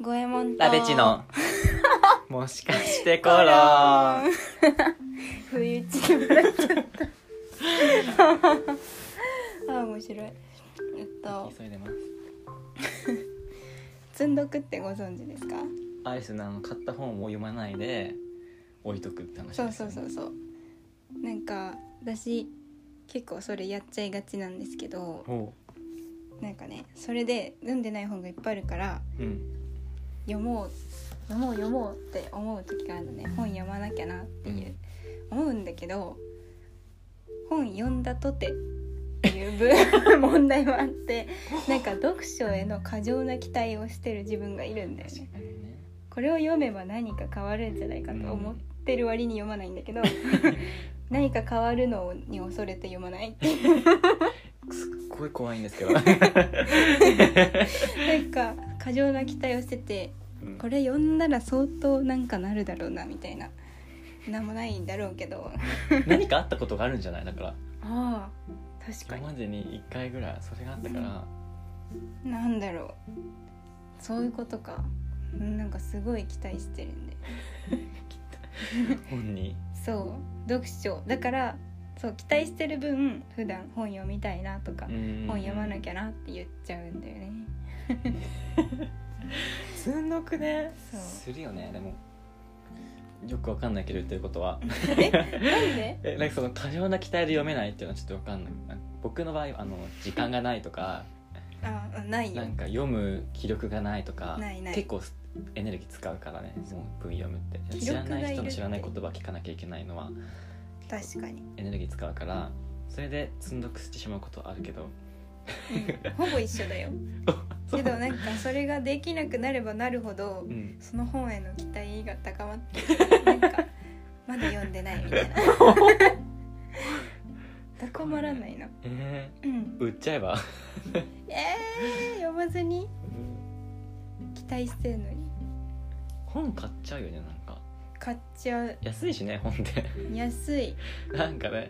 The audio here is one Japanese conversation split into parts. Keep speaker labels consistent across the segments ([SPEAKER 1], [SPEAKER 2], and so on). [SPEAKER 1] ロンと
[SPEAKER 2] ラベチのもしかしてコ
[SPEAKER 1] コロ
[SPEAKER 2] ロン
[SPEAKER 1] ン不意打ちで笑っちゃった あー面白いえっと
[SPEAKER 2] 急いでます
[SPEAKER 1] 積んどくってご存知ですか
[SPEAKER 2] あれですよねあの買った本を読まないで置いとくって話
[SPEAKER 1] そう
[SPEAKER 2] です
[SPEAKER 1] そ
[SPEAKER 2] よ
[SPEAKER 1] う
[SPEAKER 2] ね
[SPEAKER 1] そうそうなんか私結構それやっちゃいがちなんですけど
[SPEAKER 2] ほ
[SPEAKER 1] なんかねそれで読んでない本がいっぱいあるから
[SPEAKER 2] ううん
[SPEAKER 1] 読もう読もう読もうって思う時があるのね本読まなきゃなっていう、思うんだけど本読んだとてっていう分問題もあってなんか読書への過剰な期待をしてる自分がいるんだよ
[SPEAKER 2] 確
[SPEAKER 1] ね
[SPEAKER 2] かにね
[SPEAKER 1] これを読めば何か変わるんじゃないかと思ってる割に読まないんだけど何か変わるのに恐れて読まない っていう
[SPEAKER 2] すっごい怖いんですけど
[SPEAKER 1] なんか過剰な期待をしてて
[SPEAKER 2] うん
[SPEAKER 1] これ読んだら相当なんかなるだろうなみたいななんもないんだろうけど
[SPEAKER 2] 何かあったことがあるんじゃないだから
[SPEAKER 1] ああ確か
[SPEAKER 2] 今
[SPEAKER 1] に
[SPEAKER 2] までに1回ぐらいそれがあったから
[SPEAKER 1] なんだろうそういうことかうんなんかすごい期待してるんで
[SPEAKER 2] 本に
[SPEAKER 1] そう読書だからそう期待してる分普段本読みたいなとか、本
[SPEAKER 2] 本
[SPEAKER 1] 読まな
[SPEAKER 2] ゃ
[SPEAKER 1] きゃなって言っちゃうんだよね
[SPEAKER 2] 積んどくね
[SPEAKER 1] そう
[SPEAKER 2] するよねでもよくわかんないけど言ってることは
[SPEAKER 1] なん で
[SPEAKER 2] えなんかその過剰な期待で読めないっていうのはちょっとわかんない僕の場合あの時間がないとか
[SPEAKER 1] ああないよ
[SPEAKER 2] なんか読む気力がないとか
[SPEAKER 1] ないない
[SPEAKER 2] 結構エネルギー使うからねその文読むって
[SPEAKER 1] 気
[SPEAKER 2] 知
[SPEAKER 1] 力がい
[SPEAKER 2] ら
[SPEAKER 1] る
[SPEAKER 2] ない人の知らない言葉聞かなきゃいけないのは
[SPEAKER 1] 確かに、
[SPEAKER 2] エネルギー使うからそれで積んどくしてしまうことはあるけど
[SPEAKER 1] うん、ほぼ一緒だよけどなんかそれができなくなればなるほど
[SPEAKER 2] うん
[SPEAKER 1] その本への期待が高まってきてなんかまだ読んでないみたいな高まらないな
[SPEAKER 2] え
[SPEAKER 1] うん
[SPEAKER 2] ー、売っちゃえば
[SPEAKER 1] えー、読まずに期待してんのに
[SPEAKER 2] 本買っちゃうよねなんか
[SPEAKER 1] 買っちゃう
[SPEAKER 2] 安いしね本って
[SPEAKER 1] 安い
[SPEAKER 2] なんかね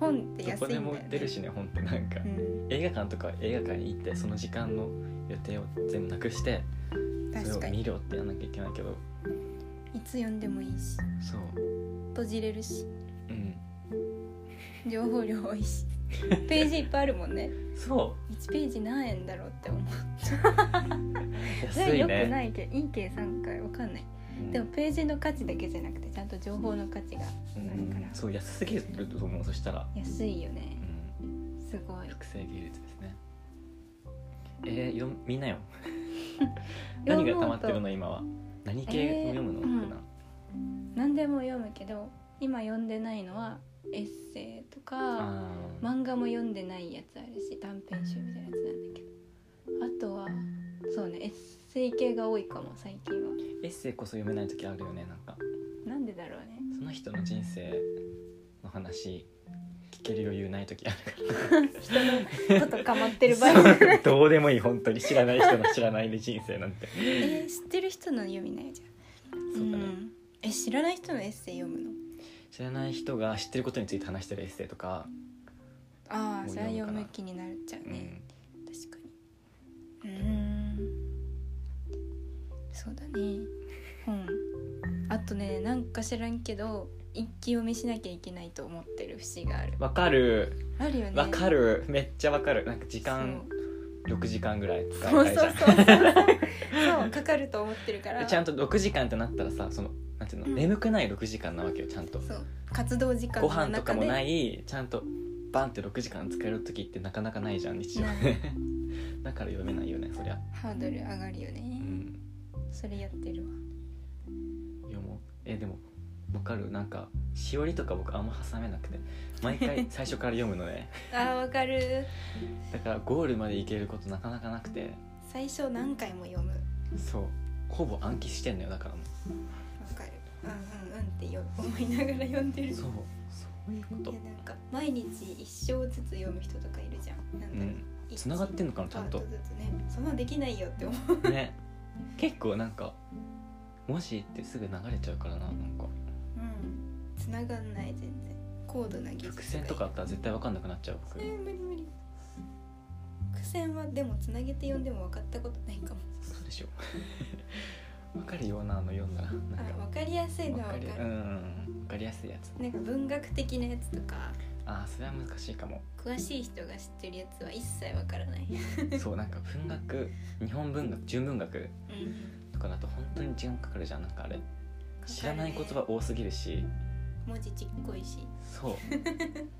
[SPEAKER 1] 本って
[SPEAKER 2] ど
[SPEAKER 1] 安いん
[SPEAKER 2] こ
[SPEAKER 1] だ
[SPEAKER 2] で
[SPEAKER 1] よ、ね、
[SPEAKER 2] も売ってるしね本ってなんか、
[SPEAKER 1] うん、
[SPEAKER 2] 映画館とか映画館に行ってその時間の予定を全部なくして
[SPEAKER 1] 確
[SPEAKER 2] そ
[SPEAKER 1] か
[SPEAKER 2] れを
[SPEAKER 1] に
[SPEAKER 2] 見ろってやんなきゃいけないけど
[SPEAKER 1] いつ読んでもいいし
[SPEAKER 2] そう
[SPEAKER 1] 閉じれるし
[SPEAKER 2] うん
[SPEAKER 1] 情報量多いし ページいっぱいあるもんね
[SPEAKER 2] そ
[SPEAKER 1] 1ページ何円だろうって思う
[SPEAKER 2] う
[SPEAKER 1] そ
[SPEAKER 2] 安
[SPEAKER 1] れ
[SPEAKER 2] い
[SPEAKER 1] よくな
[SPEAKER 2] ね
[SPEAKER 1] いけどいい計算かわかんない
[SPEAKER 2] うん
[SPEAKER 1] でもページの価値だけじゃなくてちゃんと情報の価値が
[SPEAKER 2] うん
[SPEAKER 1] あるから
[SPEAKER 2] そう安すぎると思うそしたら、
[SPEAKER 1] 安いよ
[SPEAKER 2] う
[SPEAKER 1] ね
[SPEAKER 2] ん、
[SPEAKER 1] すごい
[SPEAKER 2] 複製技術ですねえー、よみんなよ
[SPEAKER 1] 読もうと
[SPEAKER 2] 何が溜まってるの今は何系を読むの、
[SPEAKER 1] えー
[SPEAKER 2] 普段
[SPEAKER 1] 何でも読むけど今読んでないのはエッセイとか
[SPEAKER 2] あー
[SPEAKER 1] 漫画も読んでないやつあるし短編集みたいなやつなんだけどあとはそうねエッセイ系が多いかも最近は
[SPEAKER 2] エッセイこそ読めない時あるよねなんか
[SPEAKER 1] なんでだろう ね
[SPEAKER 2] その人の人生の話聞ける余裕ない時ある
[SPEAKER 1] 人のことかまってる場
[SPEAKER 2] か
[SPEAKER 1] 合
[SPEAKER 2] ら
[SPEAKER 1] じゃない
[SPEAKER 2] そうどうでもいい本当に知らない人の知らないで人生なんて
[SPEAKER 1] えー知ってる人の読みないじゃん
[SPEAKER 2] そうだね
[SPEAKER 1] んえ知らない人のエッセイ読むの
[SPEAKER 2] 知らない人が知ってることについて話してるエッセイとか、
[SPEAKER 1] ああそれは
[SPEAKER 2] もう
[SPEAKER 1] 読
[SPEAKER 2] 読むかな
[SPEAKER 1] む気になっちゃ
[SPEAKER 2] う
[SPEAKER 1] うんね、確かにうーんそうだね本あとねなんか知らんけど一気読みしなきゃいけないと思ってる節がある
[SPEAKER 2] わかる
[SPEAKER 1] あるよね
[SPEAKER 2] わかるめっちゃわかるなんか時
[SPEAKER 1] 時
[SPEAKER 2] 間6時間ぐらい使
[SPEAKER 1] そううそ
[SPEAKER 2] 会
[SPEAKER 1] う
[SPEAKER 2] 社
[SPEAKER 1] そうそうそう そうかかると思ってるから
[SPEAKER 2] ちゃんと6時間ってなったらさそのなんていうの、
[SPEAKER 1] うん
[SPEAKER 2] 眠くない6時間なわけよちゃんと
[SPEAKER 1] そう活動時間
[SPEAKER 2] ご
[SPEAKER 1] の
[SPEAKER 2] 飯とか
[SPEAKER 1] 中
[SPEAKER 2] も
[SPEAKER 1] で
[SPEAKER 2] ないちゃんとバンって6時間使える時ってなかなかないじゃん日常
[SPEAKER 1] ない
[SPEAKER 2] ね だから読めないよねそりゃ、
[SPEAKER 1] ハードル上がるよ
[SPEAKER 2] う
[SPEAKER 1] ね、
[SPEAKER 2] ん、
[SPEAKER 1] それやってるわ
[SPEAKER 2] 読もうえでもわかるなんかしおりとか僕あんま挟めなくて 毎回最初から読むのね
[SPEAKER 1] あーわかる
[SPEAKER 2] だからゴールまで行けることなかなかなくて
[SPEAKER 1] 最初何回も読む
[SPEAKER 2] そうほぼ暗記してんのよだからもう
[SPEAKER 1] わかるうんうんうんってよ思いながら読んでる
[SPEAKER 2] そうそういうこ
[SPEAKER 1] い
[SPEAKER 2] と
[SPEAKER 1] やなんか毎日一章ずつ読む人とかいるじゃん。な
[SPEAKER 2] うん
[SPEAKER 1] だろ
[SPEAKER 2] ん繋がってんのかなちゃんと
[SPEAKER 1] パートずつね。そんなできないよって思う。
[SPEAKER 2] ね結構なんか「もし」ってすぐ流れちゃうからななんか
[SPEAKER 1] うん。繋がんない全然。高度な技術がいる。
[SPEAKER 2] 伏線とかあったら絶対分かんなくなっちゃう僕
[SPEAKER 1] えー無理無理。伏線はでも繋げて読んでも分かったことないかも。
[SPEAKER 2] そうでしょ わかるようなの読んだらなん
[SPEAKER 1] あ
[SPEAKER 2] か
[SPEAKER 1] 分かりやすいのは
[SPEAKER 2] わか
[SPEAKER 1] 分
[SPEAKER 2] り
[SPEAKER 1] か
[SPEAKER 2] う
[SPEAKER 1] る、
[SPEAKER 2] んうんわかりやすいやつ
[SPEAKER 1] なんか文学的なやつとか
[SPEAKER 2] ああそれは難し いかも
[SPEAKER 1] 詳しい人が知ってるやつは一切分からない、
[SPEAKER 2] そうなんか文学日本文学純文学
[SPEAKER 1] うん、
[SPEAKER 2] とかだと本当に時間かかるじゃんなんかあれ知らない言
[SPEAKER 1] かかる
[SPEAKER 2] 葉
[SPEAKER 1] ね
[SPEAKER 2] 多すぎるし
[SPEAKER 1] 文字ちっこいし
[SPEAKER 2] そう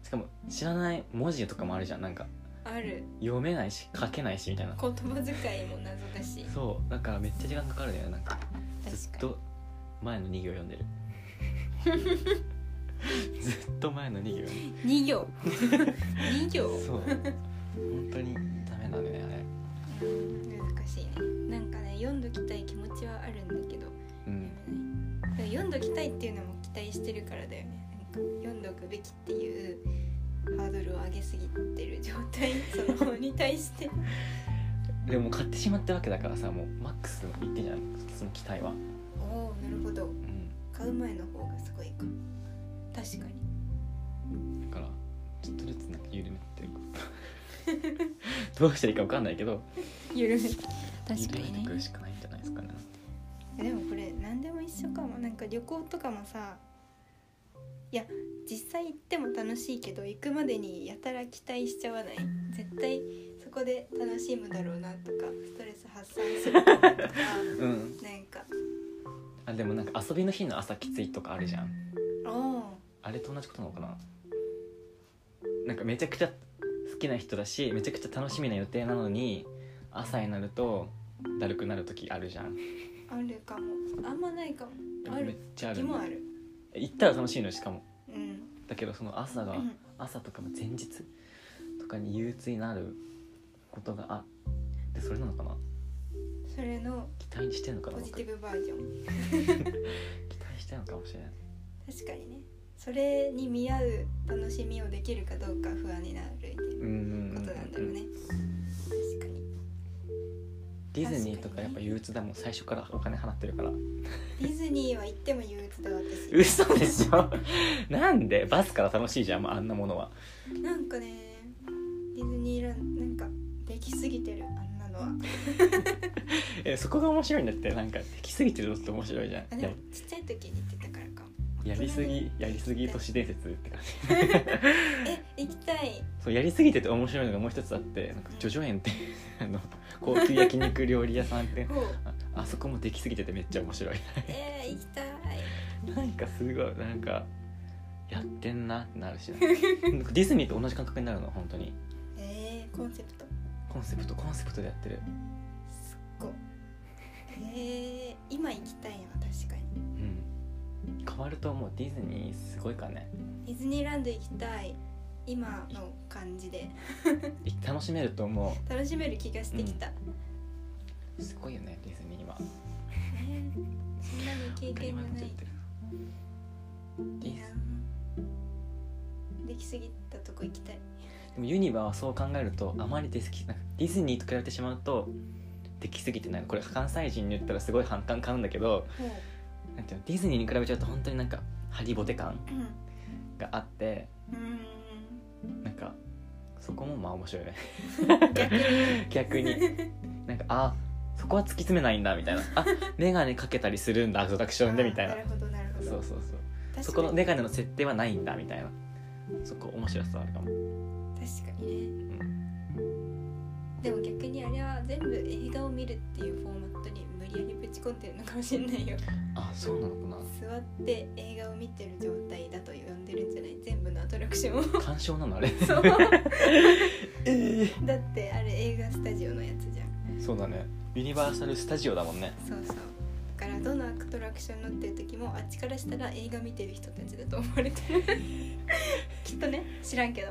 [SPEAKER 2] しかも知らない文字とかもあるじゃんなんか
[SPEAKER 1] ある
[SPEAKER 2] 読めないし書けないしみたいな
[SPEAKER 1] 言葉遣いも謎だし
[SPEAKER 2] そうだからめっちゃ時間かかるよねなんかずっ
[SPEAKER 1] 確かに
[SPEAKER 2] と前の2行読んでるずっと前の2行読んでる
[SPEAKER 1] 2行 2行
[SPEAKER 2] そう本当にダメだねあれ
[SPEAKER 1] うん難しいねなんかね読んどきたい気持ちはあるんだけど
[SPEAKER 2] うん
[SPEAKER 1] でも読んどきたいっていうのも期待してるからだよねなんか読んどくべきっていうハードルを上げすぎてる状態その本に対して
[SPEAKER 2] でも買ってしまったわけだからさもうマックスいってんじゃないその期待は
[SPEAKER 1] おおなるほど
[SPEAKER 2] うん
[SPEAKER 1] 買う前の方がすごいか確かに
[SPEAKER 2] だからちょっとずつなんか緩めてるどうしたらいいかわかんないけど
[SPEAKER 1] 緩め
[SPEAKER 2] 緩めてくるしかないんじゃないですかね
[SPEAKER 1] でもこれ何でも一緒かもなんか旅行とかもさいや実際行っても楽しいけど行くまでにやたら期待しちゃわない絶対そこで楽しむだろうなとかストレス発散するだろうなとか
[SPEAKER 2] うん
[SPEAKER 1] なんか
[SPEAKER 2] あでもなんか遊びの日の朝きついとかあるじゃん
[SPEAKER 1] おお
[SPEAKER 2] あれと同じことなのかななんかめちゃくちゃ好きな人だしめちゃくちゃ楽しみな予定なのに朝になるとだるくなる時あるじゃん
[SPEAKER 1] あるかもあんまないかもあ
[SPEAKER 2] めっ
[SPEAKER 1] る
[SPEAKER 2] ちゃあ
[SPEAKER 1] 気
[SPEAKER 2] る
[SPEAKER 1] もある
[SPEAKER 2] 行ったら楽しいのよしかも
[SPEAKER 1] うん
[SPEAKER 2] だけどその朝が、
[SPEAKER 1] うん
[SPEAKER 2] 朝とかも前日とかに憂鬱になることがあってそれなのかな
[SPEAKER 1] それの
[SPEAKER 2] 期待してんのかな
[SPEAKER 1] ポジティ
[SPEAKER 2] 僕
[SPEAKER 1] ブバージョン
[SPEAKER 2] 期待してんのかもしれない
[SPEAKER 1] 確かにねそれに見合う楽しみをできるかどうか不安になるっていう
[SPEAKER 2] うんうん
[SPEAKER 1] ことなんだろうね確かに
[SPEAKER 2] ディズニーとかやっぱ憂鬱だもん最初からお金払ってるから
[SPEAKER 1] ディズニーは行っても憂鬱だ私
[SPEAKER 2] 嘘でしょなんでバスから楽しいじゃんもうあんなものは
[SPEAKER 1] なんかねディズニーランドなんかできすぎてるあんなのは
[SPEAKER 2] えそこが面白いんだってなんかできすぎてるのって面白いじゃ
[SPEAKER 1] あ
[SPEAKER 2] ん
[SPEAKER 1] で
[SPEAKER 2] や
[SPEAKER 1] もちっちゃい時に行ってたからかも
[SPEAKER 2] やりすぎやりすぎ都市伝説って感じ
[SPEAKER 1] え行きたい
[SPEAKER 2] そうやりすぎてて面白いのがもう一つあってなんかジョジョ園って あの高級焼肉料理屋さんって
[SPEAKER 1] ほう
[SPEAKER 2] ああそこもできすぎててめっちゃ面白い
[SPEAKER 1] えー、行きたい
[SPEAKER 2] なんかすごいなんかやってんなってなるしななんかディズニーと同じ感覚になるの本当に
[SPEAKER 1] えー、コンセプト
[SPEAKER 2] コンセプトコンセプトでやってる
[SPEAKER 1] すっごいえー、今行きたいな確かに
[SPEAKER 2] うん変わると思うディズニーすごいからね
[SPEAKER 1] ディズニーランド行きたい今の感じで
[SPEAKER 2] い楽しめると思
[SPEAKER 1] 楽しめる気がしてきた、
[SPEAKER 2] うすごいよねディズニー今
[SPEAKER 1] えーそんなに経験が
[SPEAKER 2] 当たり前になっ
[SPEAKER 1] な
[SPEAKER 2] ちゃ
[SPEAKER 1] い
[SPEAKER 2] ってる
[SPEAKER 1] いいなできすぎたとこ行きたい
[SPEAKER 2] でもユニバはそう考えるとあまりで好きなんかディズニーと比べてしまうとできすぎてないこれ関西人に言ったらすごい反感買うんだけど
[SPEAKER 1] ほう
[SPEAKER 2] なんていうのディズニーに比べちゃうと本当になんかハリボテ感があって
[SPEAKER 1] うん
[SPEAKER 2] なんかそこもまあ面白いね
[SPEAKER 1] 逆に
[SPEAKER 2] 逆になんかあそこは突き詰めないんだみたいなあ眼鏡かけたりするんだアトラクションでみたいな
[SPEAKER 1] あーなるほどなるほど
[SPEAKER 2] そうそうそう
[SPEAKER 1] 確かに
[SPEAKER 2] そこの眼鏡の設定はないんだみたいなそこ面白さあるかも
[SPEAKER 1] 確かにね、でも逆にあれは全部映画を見るっていうフォーマットに無理やりぶち込んでるのかもしれないよ
[SPEAKER 2] あそうなのか
[SPEAKER 1] 座って映画を見てる状態だと呼んでるんじゃない全部のアトラクションを
[SPEAKER 2] な鑑賞なのあれ
[SPEAKER 1] そう
[SPEAKER 2] ええ
[SPEAKER 1] だってあれ映画スタジオのやつじゃん
[SPEAKER 2] そうだねユニバーサル・スタジオだもんね
[SPEAKER 1] そうそうだからどのアトラクション乗ってる時もあっちからしたら映画見てる人たちだと思われてるきっとね知らんけど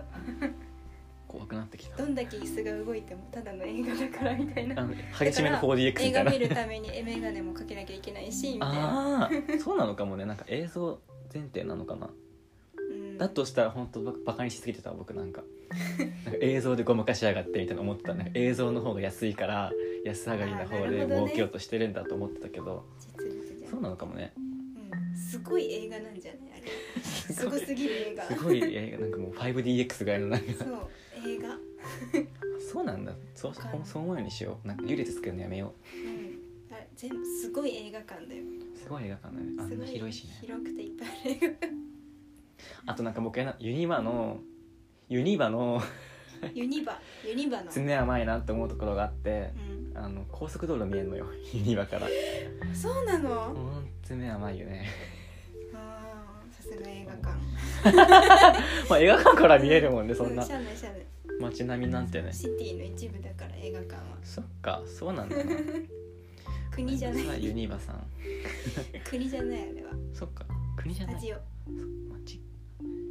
[SPEAKER 2] 怖くなってきた
[SPEAKER 1] どんだけ椅子が動いてもただの映画だからみたい
[SPEAKER 2] あ
[SPEAKER 1] な
[SPEAKER 2] の激しめの 4DX
[SPEAKER 1] 映
[SPEAKER 2] みた
[SPEAKER 1] 画
[SPEAKER 2] い
[SPEAKER 1] 見
[SPEAKER 2] な
[SPEAKER 1] るために眼鏡もかけなきゃいけないしみたいな、
[SPEAKER 2] ああーそうなのかもねなんか映像前提なのかな
[SPEAKER 1] うん、
[SPEAKER 2] だとしたら本当ババカにしすぎてた僕なんかなんか映像でごまかしやがってみたいな思って たなんか映像の方が安いから安上がりな
[SPEAKER 1] あ
[SPEAKER 2] 方
[SPEAKER 1] ーなる
[SPEAKER 2] で
[SPEAKER 1] ほどね
[SPEAKER 2] 儲けようとしてるんだと思ってたけど
[SPEAKER 1] 実物じゃん
[SPEAKER 2] そうなのかもね
[SPEAKER 1] うん、すごい映画なんじゃないあれすごすぎる映画
[SPEAKER 2] すごい映画なんかもう 5DX ぐらいのなんか
[SPEAKER 1] そう映画、
[SPEAKER 2] そうなんだそう
[SPEAKER 1] わかんない
[SPEAKER 2] そう思うようにしようなんか優劣つけるのやめよ
[SPEAKER 1] うん、あれ全部すごい映画館だよ
[SPEAKER 2] すごい映画館だねあ
[SPEAKER 1] す
[SPEAKER 2] ん
[SPEAKER 1] ご
[SPEAKER 2] な広いしね
[SPEAKER 1] 広くていっぱいある映画館
[SPEAKER 2] あとなんか僕やなユニバのユニバの
[SPEAKER 1] ユニバユニバの、
[SPEAKER 2] 常甘いなって思うところがあって
[SPEAKER 1] う
[SPEAKER 2] あの高速道路見えるのよ ユニバから
[SPEAKER 1] ん、そうなの、
[SPEAKER 2] ほんと爪甘いよね
[SPEAKER 1] あーさすが映画館
[SPEAKER 2] まあ映画館から見えるもんねそん
[SPEAKER 1] う
[SPEAKER 2] な
[SPEAKER 1] しゃあないしゃあない
[SPEAKER 2] 街並みなんてね
[SPEAKER 1] シティの一部だから映画館は
[SPEAKER 2] そっかそうなんだな
[SPEAKER 1] 国じゃない
[SPEAKER 2] ユニバさん
[SPEAKER 1] 国じゃないあれは
[SPEAKER 2] そっか国じゃ
[SPEAKER 1] ス
[SPEAKER 2] な
[SPEAKER 1] タ
[SPEAKER 2] い
[SPEAKER 1] ジオ
[SPEAKER 2] 街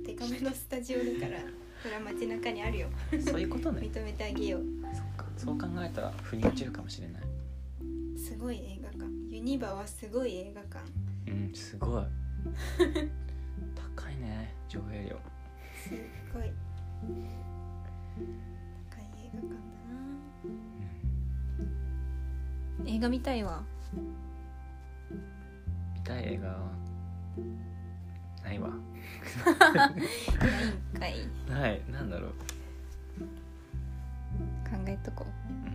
[SPEAKER 1] デカめのスタジオだからそれは街中にあるよ
[SPEAKER 2] そういうことね
[SPEAKER 1] 認めてあげよう
[SPEAKER 2] そっかそう考えたら腑に落ちるかもしれない
[SPEAKER 1] すごい映画館ユニバはすごい映画館
[SPEAKER 2] うんすごい高いね上映料
[SPEAKER 1] すっごい高い映画館だな映画見たいわ
[SPEAKER 2] 見たい映画はないわ
[SPEAKER 1] ないんかい
[SPEAKER 2] ないなんだろう
[SPEAKER 1] 考えとこう
[SPEAKER 2] うん